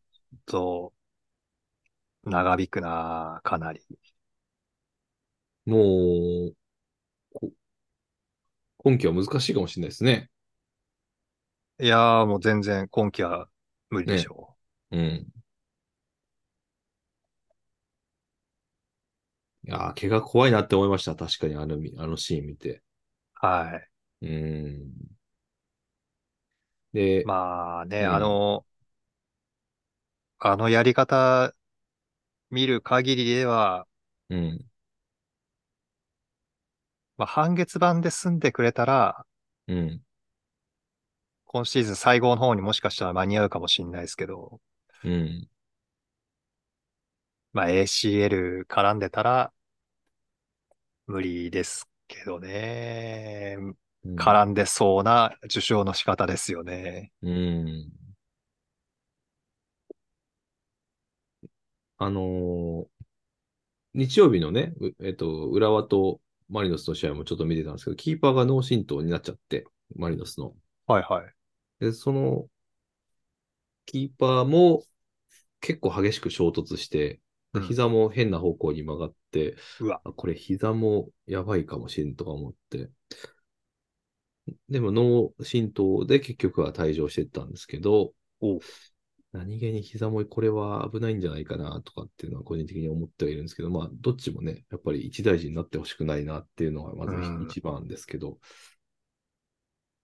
[SPEAKER 2] と、長引くなぁ、かなり。
[SPEAKER 1] もう、こ今季は難しいかもしれないですね。
[SPEAKER 2] いやーもう全然今季は無理でしょ
[SPEAKER 1] うん。いやー、怪我怖いなって思いました。確かにあのみ、あのシーン見て。
[SPEAKER 2] う。は
[SPEAKER 1] うん。で
[SPEAKER 2] い。、まあね、
[SPEAKER 1] うん
[SPEAKER 2] あの、あのやり方見る限りでは、
[SPEAKER 1] うん。
[SPEAKER 2] まあ、半月板で済んでくれたら、
[SPEAKER 1] うん。
[SPEAKER 2] 今シーズン最後の方にもしかしたら間に合うかもしれないですけど、
[SPEAKER 1] うん。
[SPEAKER 2] まあ ACL 絡んでたら、無理ですけどね。
[SPEAKER 1] うん
[SPEAKER 2] 絡んでそうな受賞の仕方ですよね。
[SPEAKER 1] うん。あのー日曜日のね、うえっと、浦和とマリノスの試合もちょっと見てたんですけど、キーパーが脳震盪になっちゃって、マリノスの。
[SPEAKER 2] はいはい。
[SPEAKER 1] で、その、キーパーも結構激しく衝突して、で
[SPEAKER 2] うん
[SPEAKER 1] 膝も変な方向に曲がって、
[SPEAKER 2] うわ
[SPEAKER 1] あこれ膝もやばいかもしれんとか思って。でも脳震盪で結局は退場してったんですけど
[SPEAKER 2] おう、
[SPEAKER 1] 何気に膝もこれは危ないんじゃないかなとかっていうのは個人的に思ってはいるんですけど、まあどっちもね、やっぱり一大事になってほしくないなっていうのがまず
[SPEAKER 2] うん
[SPEAKER 1] 一番ですけど、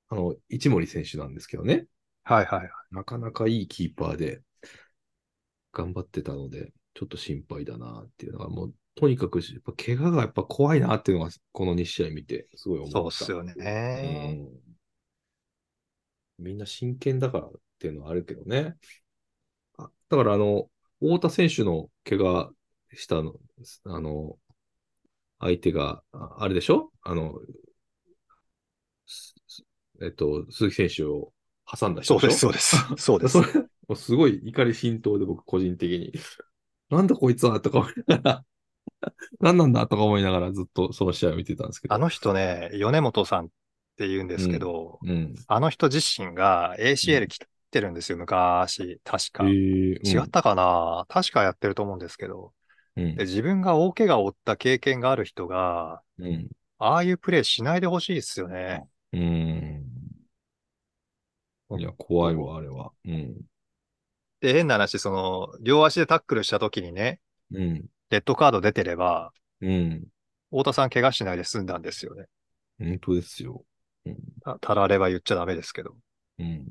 [SPEAKER 1] あの、一森選手なんですけどね、
[SPEAKER 2] はいはい。
[SPEAKER 1] なかなかいいキーパーで頑張ってたので、ちょっと心配だなっていうのが、もうとにかくやっぱ怪我がやっぱ怖いなっていうのが、この2試合見て、すごい思った。
[SPEAKER 2] そうっすよね。
[SPEAKER 1] うんみんな真剣だからっていうのはあるけどね。あだから、あの、太田選手の怪我したの、あの、相手が、ああれでしょあの、すすえっと、鈴木選手を挟んだ人
[SPEAKER 2] そう
[SPEAKER 1] でしょ
[SPEAKER 2] です、そうです。 そうです
[SPEAKER 1] そ。れ、もうすごい怒り浸透で僕個人的に、なんだこいつはとか思いながら、 なんなんだとか思いながらずっとその試合を見てたんですけど。
[SPEAKER 2] あの人ね、米本さんって言うんですけど、
[SPEAKER 1] うん。
[SPEAKER 2] あの人自身が
[SPEAKER 1] う
[SPEAKER 2] ACL
[SPEAKER 1] ん
[SPEAKER 2] 切ってるんですよ、昔。確か。
[SPEAKER 1] え
[SPEAKER 2] 違ったかな確かやってると思うんですけど。
[SPEAKER 1] うん
[SPEAKER 2] で自分が大怪我を負った経験がある人が、
[SPEAKER 1] うん。
[SPEAKER 2] ああいうプレーしないでほしいですよね。
[SPEAKER 1] うん。いや、怖いわ、あれは。うん。
[SPEAKER 2] で、変な話、その、両足でタックルした時にね、
[SPEAKER 1] うん。
[SPEAKER 2] レッドカード出てれば、
[SPEAKER 1] うん。
[SPEAKER 2] 太田さん怪我しないで済んだんですよね。
[SPEAKER 1] 本当ですよ。うん。
[SPEAKER 2] たたられば言っちゃダメですけど。
[SPEAKER 1] うん。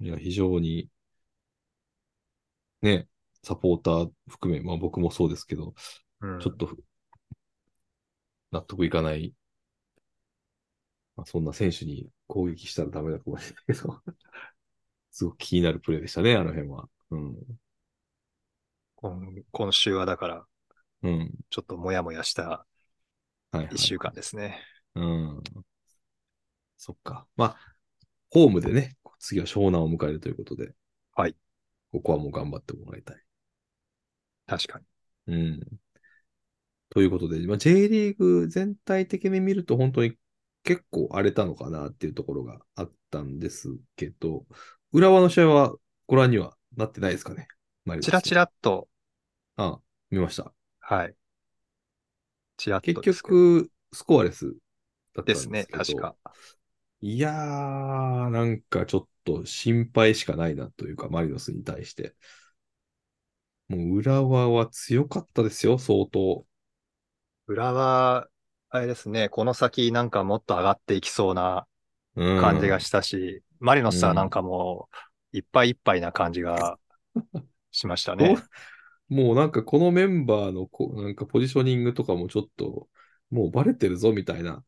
[SPEAKER 1] いや、非常に、ね、サポーター含め、まあ僕もそうですけど、
[SPEAKER 2] うん
[SPEAKER 1] ちょっと、納得いかない、まあ、そんな選手に攻撃したらダメだと思いますけど、 すごく気になるプレーでしたね、あの辺は。うん。
[SPEAKER 2] 今今週はだから、
[SPEAKER 1] うん。
[SPEAKER 2] ちょっともやもやした
[SPEAKER 1] はい、はい
[SPEAKER 2] 一。週間ですね。
[SPEAKER 1] うん。そっか。まあ、ホームでね、次は湘南を迎えるということで、
[SPEAKER 2] はい。
[SPEAKER 1] ここはもう頑張ってもらいたい。
[SPEAKER 2] 確かに。
[SPEAKER 1] うん。ということで、まあ、J リーグ全体的に見ると本当に結構荒れたのかなっていうところがあったんですけど、浦和の試合はご覧にはなってないですかね。
[SPEAKER 2] ちらち
[SPEAKER 1] ら。
[SPEAKER 2] らっと、
[SPEAKER 1] あ見ました。
[SPEAKER 2] はい。ちらっと
[SPEAKER 1] 結
[SPEAKER 2] ですけど
[SPEAKER 1] 局、スコアレスだったん
[SPEAKER 2] で
[SPEAKER 1] ですす
[SPEAKER 2] ね、
[SPEAKER 1] けど
[SPEAKER 2] 確か。。
[SPEAKER 1] いやー、なんかちょっと心配しかないなというか、マリノスに対して。もう浦和は強かったですよ、相当。
[SPEAKER 2] 浦和、あれですね、この先なんかもっと上がっていきそうな
[SPEAKER 1] うん
[SPEAKER 2] 感じがしたし、マリノスはなんかもう、いっぱいいっぱいな感 じがしました
[SPEAKER 1] も
[SPEAKER 2] ね。
[SPEAKER 1] うもうなんかこのメンバーのこなんかポジショニングとかもちょっともうバレてるぞみたいな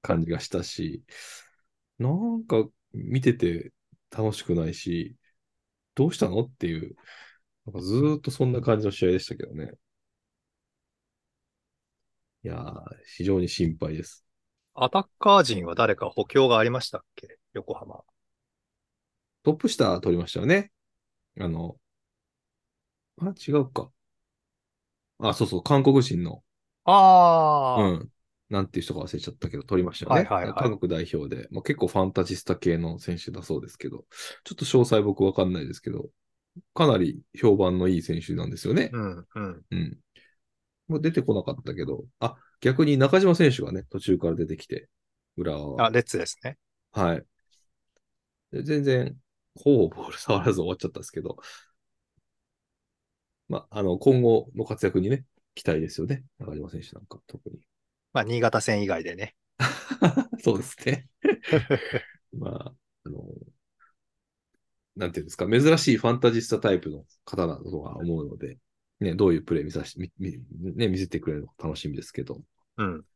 [SPEAKER 1] 感じがしたし、なんか見てて楽しくないし、どうしたのっていう、なんかずーっとそんな感じの試合でしたけどね。いやー、非常に心配です。
[SPEAKER 2] アタッカー陣は誰か補強がありましたっけ横浜。
[SPEAKER 1] トップ下取りましたよね。あの、あ、違うか。あ、そうそう、韓国人の
[SPEAKER 2] ああ、
[SPEAKER 1] うん。なんていう人か忘れちゃったけど、取りましたよね。
[SPEAKER 2] はいはいはい
[SPEAKER 1] 韓国代表で、まあ、結構ファンタジスタ系の選手だそうですけど、ちょっと詳細僕わかんないですけど、かなり評判のいい選手なんですよね
[SPEAKER 2] う。ん、うん。
[SPEAKER 1] うん。もう出てこなかったけど、あ、逆に中島選手がね、途中から出てきて、裏
[SPEAKER 2] あ、
[SPEAKER 1] は。
[SPEAKER 2] レッツですね。
[SPEAKER 1] はい。で全然、ほぼボール触らず終わっちゃったんですけど、まあ、あの、今後の活躍にね、期待ですよね。中島選手なんか、特 に。
[SPEAKER 2] まあ、新潟戦以外 でね。
[SPEAKER 1] そうですね。まあ、あの、なんていうんですか、珍しいファンタジスタタイプの方だとは思うので、ね、どういうプレー見さし見見ね、見せてくれるのか楽しみですけど、
[SPEAKER 2] うん。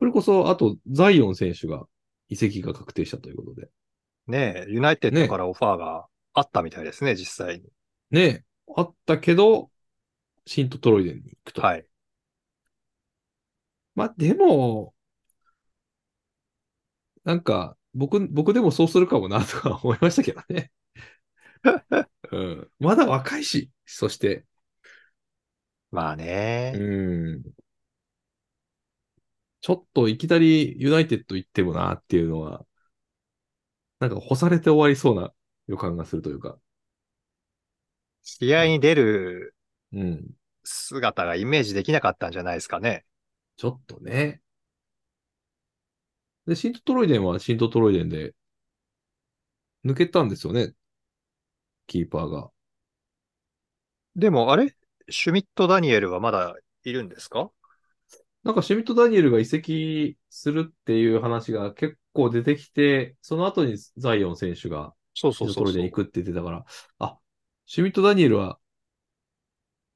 [SPEAKER 1] それこそ、あと、ザイオン選手が移籍が確定したということで、
[SPEAKER 2] ねえ、ユナイテッド
[SPEAKER 1] ね
[SPEAKER 2] からオファーがあったみたいですね、実際に。
[SPEAKER 1] ね、あったけど、シントトロイデンに行くと。
[SPEAKER 2] はい。
[SPEAKER 1] まあ、でも、なんか、僕、僕でもそうするかもなとか思いましたけど ね。うん、まだ若いし、そして、
[SPEAKER 2] まあね、
[SPEAKER 1] うんちょっといきなりユナイテッド行ってもなっていうのは、なんか干されて終わりそうな予感がするというか。
[SPEAKER 2] 試合に出る
[SPEAKER 1] うん。
[SPEAKER 2] 姿がイメージできなかったんじゃないですかね。
[SPEAKER 1] ちょっとね。で、シントトロイデンはシントトロイデンで抜けたんですよね。キーパーが。
[SPEAKER 2] でも、あれシュミット・ダニエルはまだいるんですか
[SPEAKER 1] なんかシュミット・ダニエルが移籍するっていう話が結構出てきて、その後にザイオン選手が
[SPEAKER 2] そうそ
[SPEAKER 1] そうう
[SPEAKER 2] そ
[SPEAKER 1] そうう
[SPEAKER 2] そう
[SPEAKER 1] で行くって言ってたから、あ、シュミット・ダニエルは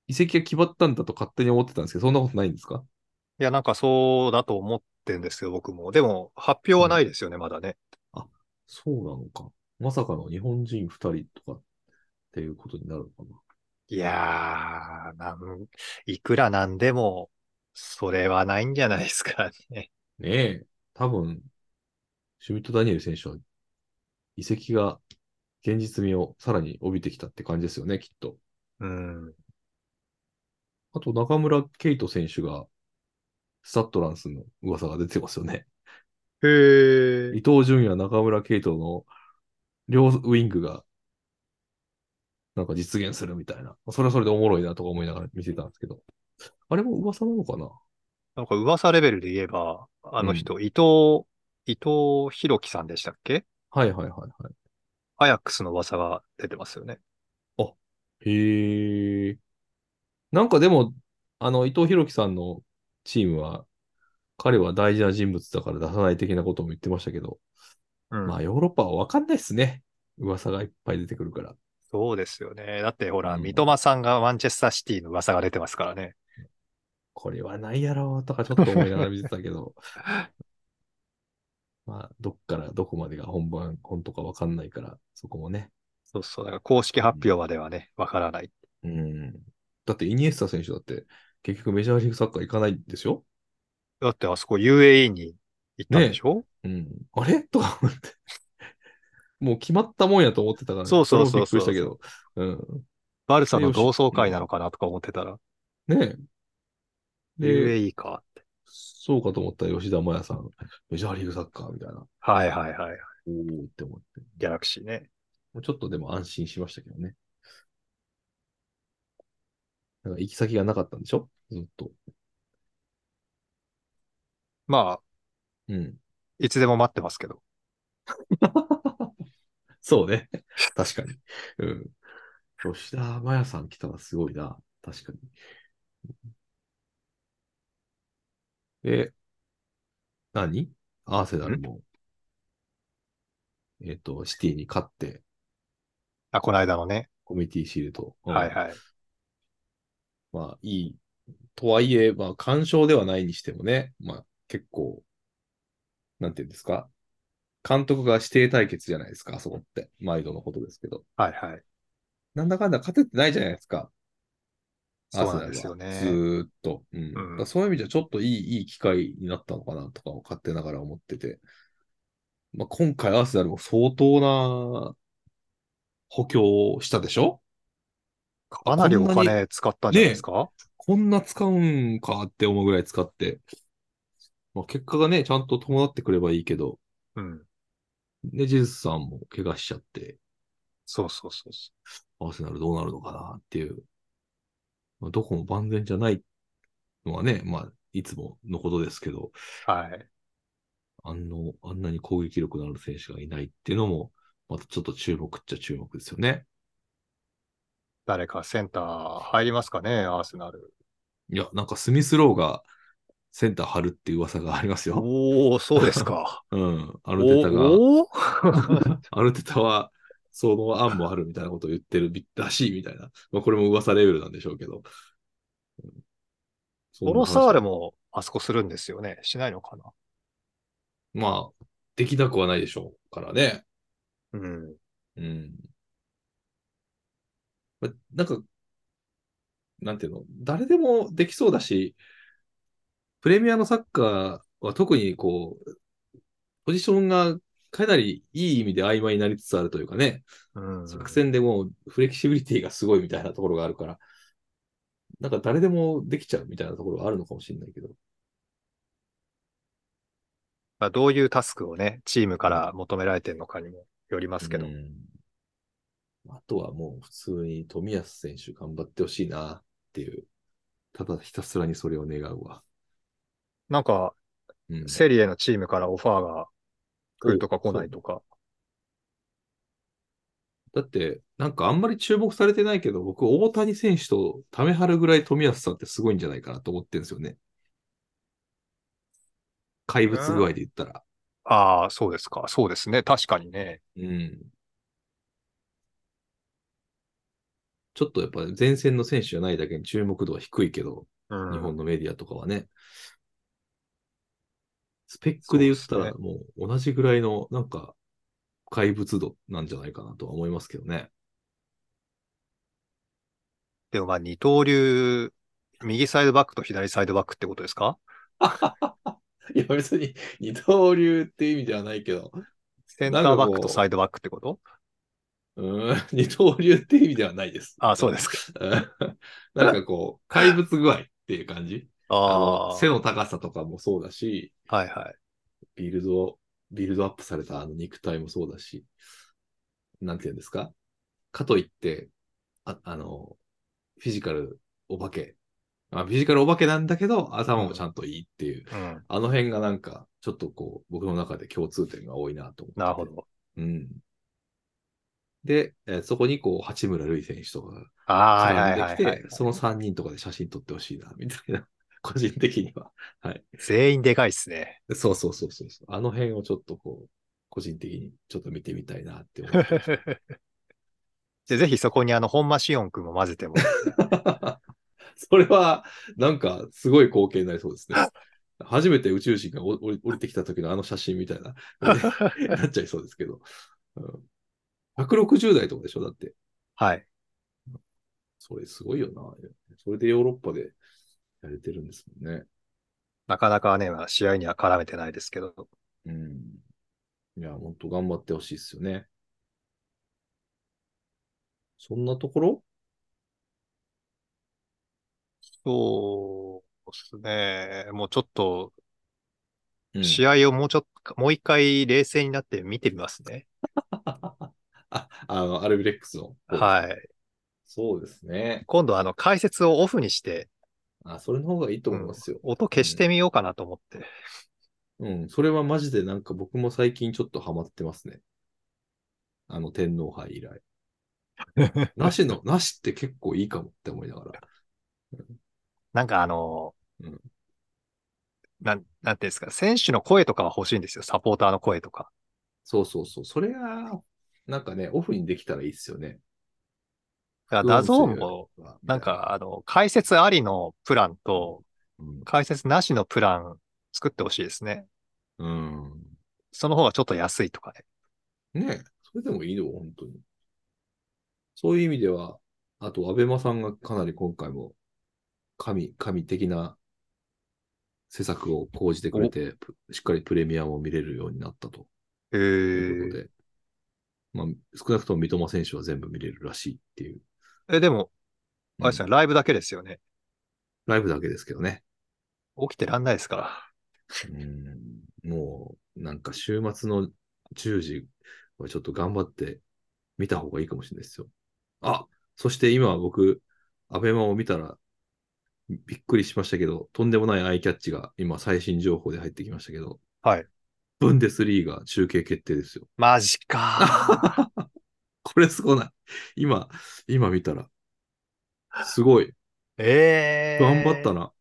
[SPEAKER 1] 移籍が決まったんだと勝手に思ってたんですけど、そんなことないんですか
[SPEAKER 2] いや、なんかそうだと思ってんですけど、僕も。でも、発表はないですよね、まだね。
[SPEAKER 1] そうなのか。まさかの日本人2人とかっていうことになるのか
[SPEAKER 2] いやー、なん、いくらなんでも、それはないんじゃないですかね。
[SPEAKER 1] な。ねえ。多分、シュミット・ダニエル選手は移籍が現実味をさらに帯びてきたって感じですよね、きっと。
[SPEAKER 2] うん。
[SPEAKER 1] あと、中村圭斗選手がスタッドランスの噂が出てますよね。
[SPEAKER 2] へー。
[SPEAKER 1] 伊東純也、中村圭斗の両ウィングが、なんか実現するみたいな。それはそれでおもろいなとか思いながら見てたんですけど。あれも噂なのかな
[SPEAKER 2] なんか噂レベルで言えば、あの人、伊藤、伊藤博樹さんでしたっけ
[SPEAKER 1] はいはいはいは
[SPEAKER 2] アヤックスの噂が出てますよね。
[SPEAKER 1] い。へえ。なんかでも、あの、伊藤洋樹さんのチームは、彼は大事な人物だから出さない的なことも言ってましたけど、
[SPEAKER 2] うん
[SPEAKER 1] まあヨーロッパはわかんないですね。噂がいっぱい出てくるから。
[SPEAKER 2] そうですよね。だってほら、
[SPEAKER 1] うん
[SPEAKER 2] 三笘さんがマンチェスターシティの噂が出てますからね。
[SPEAKER 1] これはないやろうとかちょっと思いながら見てたけ ど、まあ、どっからどこまでが本番、本当かわかんないから、そこもね。
[SPEAKER 2] そうそう。だから公式発表まではね、わからない。
[SPEAKER 1] うん。だってイニエスタ選手だって、結局メジャーリーグサッカー行かないんですよ。
[SPEAKER 2] だってあそこ UAE に行ったんでしょ、
[SPEAKER 1] うん。あれ とか思って。もう決まったもんやと思ってたから、
[SPEAKER 2] そうそうそ
[SPEAKER 1] れも
[SPEAKER 2] う
[SPEAKER 1] びっく
[SPEAKER 2] そう
[SPEAKER 1] りしたけど。うん。
[SPEAKER 2] バルサの同窓会なのかなとか思ってたら、
[SPEAKER 1] ねえ。で、
[SPEAKER 2] UAE かって。
[SPEAKER 1] そうかと思ったら吉田麻也さん、メジャーリーグサッカーみたいな。
[SPEAKER 2] はいはいはい。
[SPEAKER 1] おーって思って。
[SPEAKER 2] ギャラクシーね。
[SPEAKER 1] もうちょっとでも安心しましたけどね。なんか行き先がなかったんでしょずっと。
[SPEAKER 2] まあ、
[SPEAKER 1] うん。
[SPEAKER 2] いつでも待ってますけど。
[SPEAKER 1] そうね。確かに。うん。吉田麻也さん来たらすごいな。確かに。で、何アーセナルも、えっ、と、シティに勝って、
[SPEAKER 2] あ、この間のね。
[SPEAKER 1] コミュニティシールド。うん
[SPEAKER 2] はいはい。
[SPEAKER 1] まあ、いい。とはいえ、まあ、干渉ではないにしてもね、まあ、結構、なんていうんですか。監督が指定対決じゃないですか、あそこって。毎度のことですけど。
[SPEAKER 2] はいはい。
[SPEAKER 1] なんだかんだ勝ててないじゃないですか。
[SPEAKER 2] そうなんですよね
[SPEAKER 1] アーセナルはずーっと。うんだからそういう意味じゃ、ちょっといい、いい機会になったのかなとかを勝手ながら思ってて。まあ、今回アーセナルも相当な補強をしたでしょ
[SPEAKER 2] かなりお
[SPEAKER 1] こんな
[SPEAKER 2] 金使ったんじゃないですか、
[SPEAKER 1] こんな使うんかって思うぐらい使って、まあ、結果がね、ちゃんと伴ってくればいいけど、
[SPEAKER 2] うん。
[SPEAKER 1] ね、ジェズさんも怪我しちゃって、
[SPEAKER 2] そうそうそうそ
[SPEAKER 1] アーセナルどうなるのかなっていう、まあ、どこも万全じゃないのはね、まあ、いつものことですけど、
[SPEAKER 2] う。はい。
[SPEAKER 1] あの、あんなに攻撃力のある選手がいないっていうのも、またちょっと注目っちゃ注目ですよね。
[SPEAKER 2] 誰かセンター入りますかね、アーセナル。
[SPEAKER 1] いや、なんかスミスローがセンター張るっていう噂がありますよ。
[SPEAKER 2] おおそうです か。
[SPEAKER 1] うん。ア
[SPEAKER 2] お
[SPEAKER 1] ルテタが。
[SPEAKER 2] おー
[SPEAKER 1] アルテタは、その案もあるみたいなことを言ってるらしいみたいな。まあ、これも噂レベルなんでしょうけど。
[SPEAKER 2] オロサーレもあそこするんですよね。しないのかな
[SPEAKER 1] まあ、できなくはないでしょうからね。
[SPEAKER 2] うん。
[SPEAKER 1] うん。まなんか、なんていうの、誰でもできそうだし、プレミアのサッカーは特にこう、ポジションがかなりいい意味で曖昧になりつつあるというかね。
[SPEAKER 2] うん。
[SPEAKER 1] 作戦でもうフレキシビリティがすごいみたいなところがあるから、なんか誰でもできちゃうみたいなところがあるのかもしれないけど。
[SPEAKER 2] まあ、どういうタスクをね、チームから求められてるのかにもよりますけど。
[SPEAKER 1] うんあとはもう普通に冨安選手頑張ってほしいなっていう、ただひたすらにそれを願うわ。
[SPEAKER 2] なんか、
[SPEAKER 1] うん、
[SPEAKER 2] セリエのチームからオファーが来るとか来ないとか。
[SPEAKER 1] だって、なんかあんまり注目されてないけど、僕、大谷選手とためはるぐらい冨安さんってすごいんじゃないかなと思ってるんですよね。怪物具合で言ったら。
[SPEAKER 2] ああ、そうですか。そうですね。確かにね。
[SPEAKER 1] うんちょっとやっぱ前線の選手じゃないだけに注目度は低いけど、
[SPEAKER 2] うん。
[SPEAKER 1] 日本のメディアとかはね。スペックで言った
[SPEAKER 2] そう
[SPEAKER 1] ら
[SPEAKER 2] で
[SPEAKER 1] もう同じぐらいのなんか怪物度なんじゃないかなとは思いますけどね。
[SPEAKER 2] でもまあ、二刀流、右サイドバックと左サイドバックってことですか
[SPEAKER 1] いや別に二刀流っていう意味ではないけど、
[SPEAKER 2] センタ
[SPEAKER 1] なんかこう
[SPEAKER 2] ーバックとサイドバックってこと
[SPEAKER 1] うーん、 二刀流っていう意味ではないです。
[SPEAKER 2] ああ、そうですか。
[SPEAKER 1] うん。 なんかこう、怪物具合っていう感じ。あ
[SPEAKER 2] あ
[SPEAKER 1] の
[SPEAKER 2] あ、
[SPEAKER 1] 背の高さとかもそうだし、
[SPEAKER 2] はいはい。
[SPEAKER 1] ビルド、ビルドアップされたあの肉体もそうだし、なんて言うんですかかといって、ああの、フィジカルお化け。あフィジカルお化けなんだけど、頭もちゃんといいっていう、
[SPEAKER 2] うん。
[SPEAKER 1] あの辺がなんか、ちょっとこう、僕の中で共通点が多いなと思って。
[SPEAKER 2] なるほ。ど。
[SPEAKER 1] うん。で、えーそこにこう、八村塁選手とかが
[SPEAKER 2] ああ、はいはい
[SPEAKER 1] 絡んで
[SPEAKER 2] は
[SPEAKER 1] き
[SPEAKER 2] い、はい
[SPEAKER 1] て、。その3人とかで写真撮ってほしいな、みたいな、個人的には。はい。
[SPEAKER 2] 全員でかいっすね。
[SPEAKER 1] そうそうそうそうそう。あの辺をちょっとこう、個人的にちょっと見てみたいなって 思って。
[SPEAKER 2] じゃあぜひそこにあの、本間しおんくんも混ぜ ても。
[SPEAKER 1] それは、なんか、すごい光景になりそうですね。初めて宇宙人がお降り降りてきた時のあの写真みたいな、 なっちゃいそうですけど。うん、160代とかでしょだって。
[SPEAKER 2] はい。
[SPEAKER 1] それすごいよな。それでヨーロッパでやれてるんですもんね。
[SPEAKER 2] なかなかね、まあ試合には絡めてないですけど。
[SPEAKER 1] うん。いや、ほんと頑張ってほしいですよね。そんなところ
[SPEAKER 2] そうですね。もうちょっと、
[SPEAKER 1] う
[SPEAKER 2] 試合をもうちょっと、もう一回冷静になって見てみますね。
[SPEAKER 1] あ、 あの、アルビレックスの。
[SPEAKER 2] はい。
[SPEAKER 1] そうですね。
[SPEAKER 2] 今度あの、解説をオフにして、
[SPEAKER 1] あ、それの方がいいと思いますよ。
[SPEAKER 2] 音消してみようかなと思って。
[SPEAKER 1] うん、それはマジでなんか僕も最近ちょっとハマってますね。あの、天皇杯以来。なし の、なしって結構いいかもって思いながら。
[SPEAKER 2] なんかあの、
[SPEAKER 1] うん
[SPEAKER 2] なん、なんていうんですか、選手の声とかは欲しいんですよ。サポーターの声とか。
[SPEAKER 1] そうそうそう。それが、なんかね、オフにできたらいいっすよね。
[SPEAKER 2] だからダゾーンも、なん、かあの、解説ありのプランと、
[SPEAKER 1] うん。
[SPEAKER 2] 解説なしのプラン作ってほしいですね。
[SPEAKER 1] うん。
[SPEAKER 2] その方がちょっと安いとかね。
[SPEAKER 1] ねえそれでもいいよ、本当に。そういう意味では、あと、アベマさんがかなり今回も、神、神的な施策を講じてくれて、ぷしっかりプレミアムを見れるようになったと
[SPEAKER 2] へ
[SPEAKER 1] いうこと
[SPEAKER 2] ー
[SPEAKER 1] で、まあ、少なくとも三笘選手は全部見れるらしいっていう、
[SPEAKER 2] え、でも、あれです
[SPEAKER 1] う
[SPEAKER 2] よ
[SPEAKER 1] ん
[SPEAKER 2] ね、ライブだけですよね。
[SPEAKER 1] ライブだけですけどね。
[SPEAKER 2] 起きてらんないですから。
[SPEAKER 1] うん、もう、なんか週末の10時はちょっと頑張って見た方がいいかもしれないですよ。あ、そして今僕、アベマを見たらびっくりしましたけど、とんでもないアイキャッチが今最新情報で入ってきましたけど、
[SPEAKER 2] はい。
[SPEAKER 1] ブンデスリーガ中継決定ですよ。
[SPEAKER 2] マジか。
[SPEAKER 1] これすごない。今、今見たら。すごい。
[SPEAKER 2] ええ
[SPEAKER 1] 頑張った
[SPEAKER 2] な。
[SPEAKER 1] な。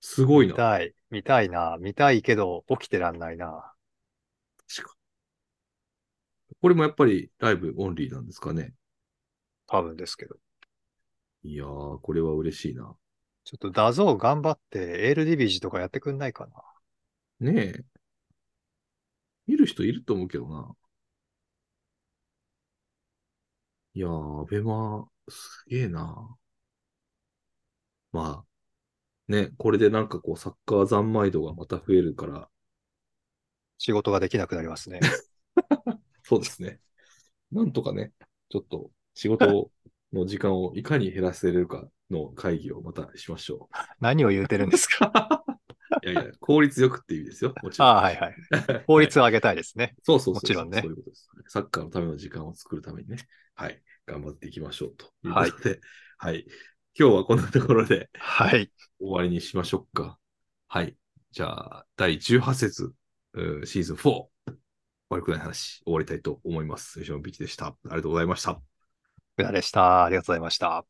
[SPEAKER 1] すごい
[SPEAKER 2] 見
[SPEAKER 1] な。
[SPEAKER 2] たい。見たいな。見たいけど、起きてらんないな。
[SPEAKER 1] これもやっぱりライブオンリーなんですかね。
[SPEAKER 2] 多分ですけど。
[SPEAKER 1] いやー、これは嬉しいな。
[SPEAKER 2] ちょっとダゾーン頑張って、エールディビジとかやってくんないかな。
[SPEAKER 1] ねえ。見る人いると思うけどな。いやー、アベマ、すげえな。まあ、ね、これでなんかこう、サッカー三昧度がまた増えるから、
[SPEAKER 2] 仕事ができなくなりますね。
[SPEAKER 1] そうですね。なんとかね、ちょっと仕事の時間をいかに減らせれるかの会議をまたしましょ
[SPEAKER 2] 何を言うてるんですか
[SPEAKER 1] う。いやいや、効率よくっていう意味ですよ。もちろん。
[SPEAKER 2] ああ、はい はい。法律を上げたいですね。
[SPEAKER 1] そうそうそうそう。
[SPEAKER 2] もちろんね
[SPEAKER 1] そういうことです。サッカーのための時間を作るためにね。はい。頑張っていきましょうということで。はい。今日はこんなところで
[SPEAKER 2] はい。
[SPEAKER 1] 終わりにしましょうか。はい。じゃあ、第18節、うーシーズン4。悪くない話、終わりたいと思います。吉野美希でした。ありがとうございました。
[SPEAKER 2] 福田でした。ありがとうございました。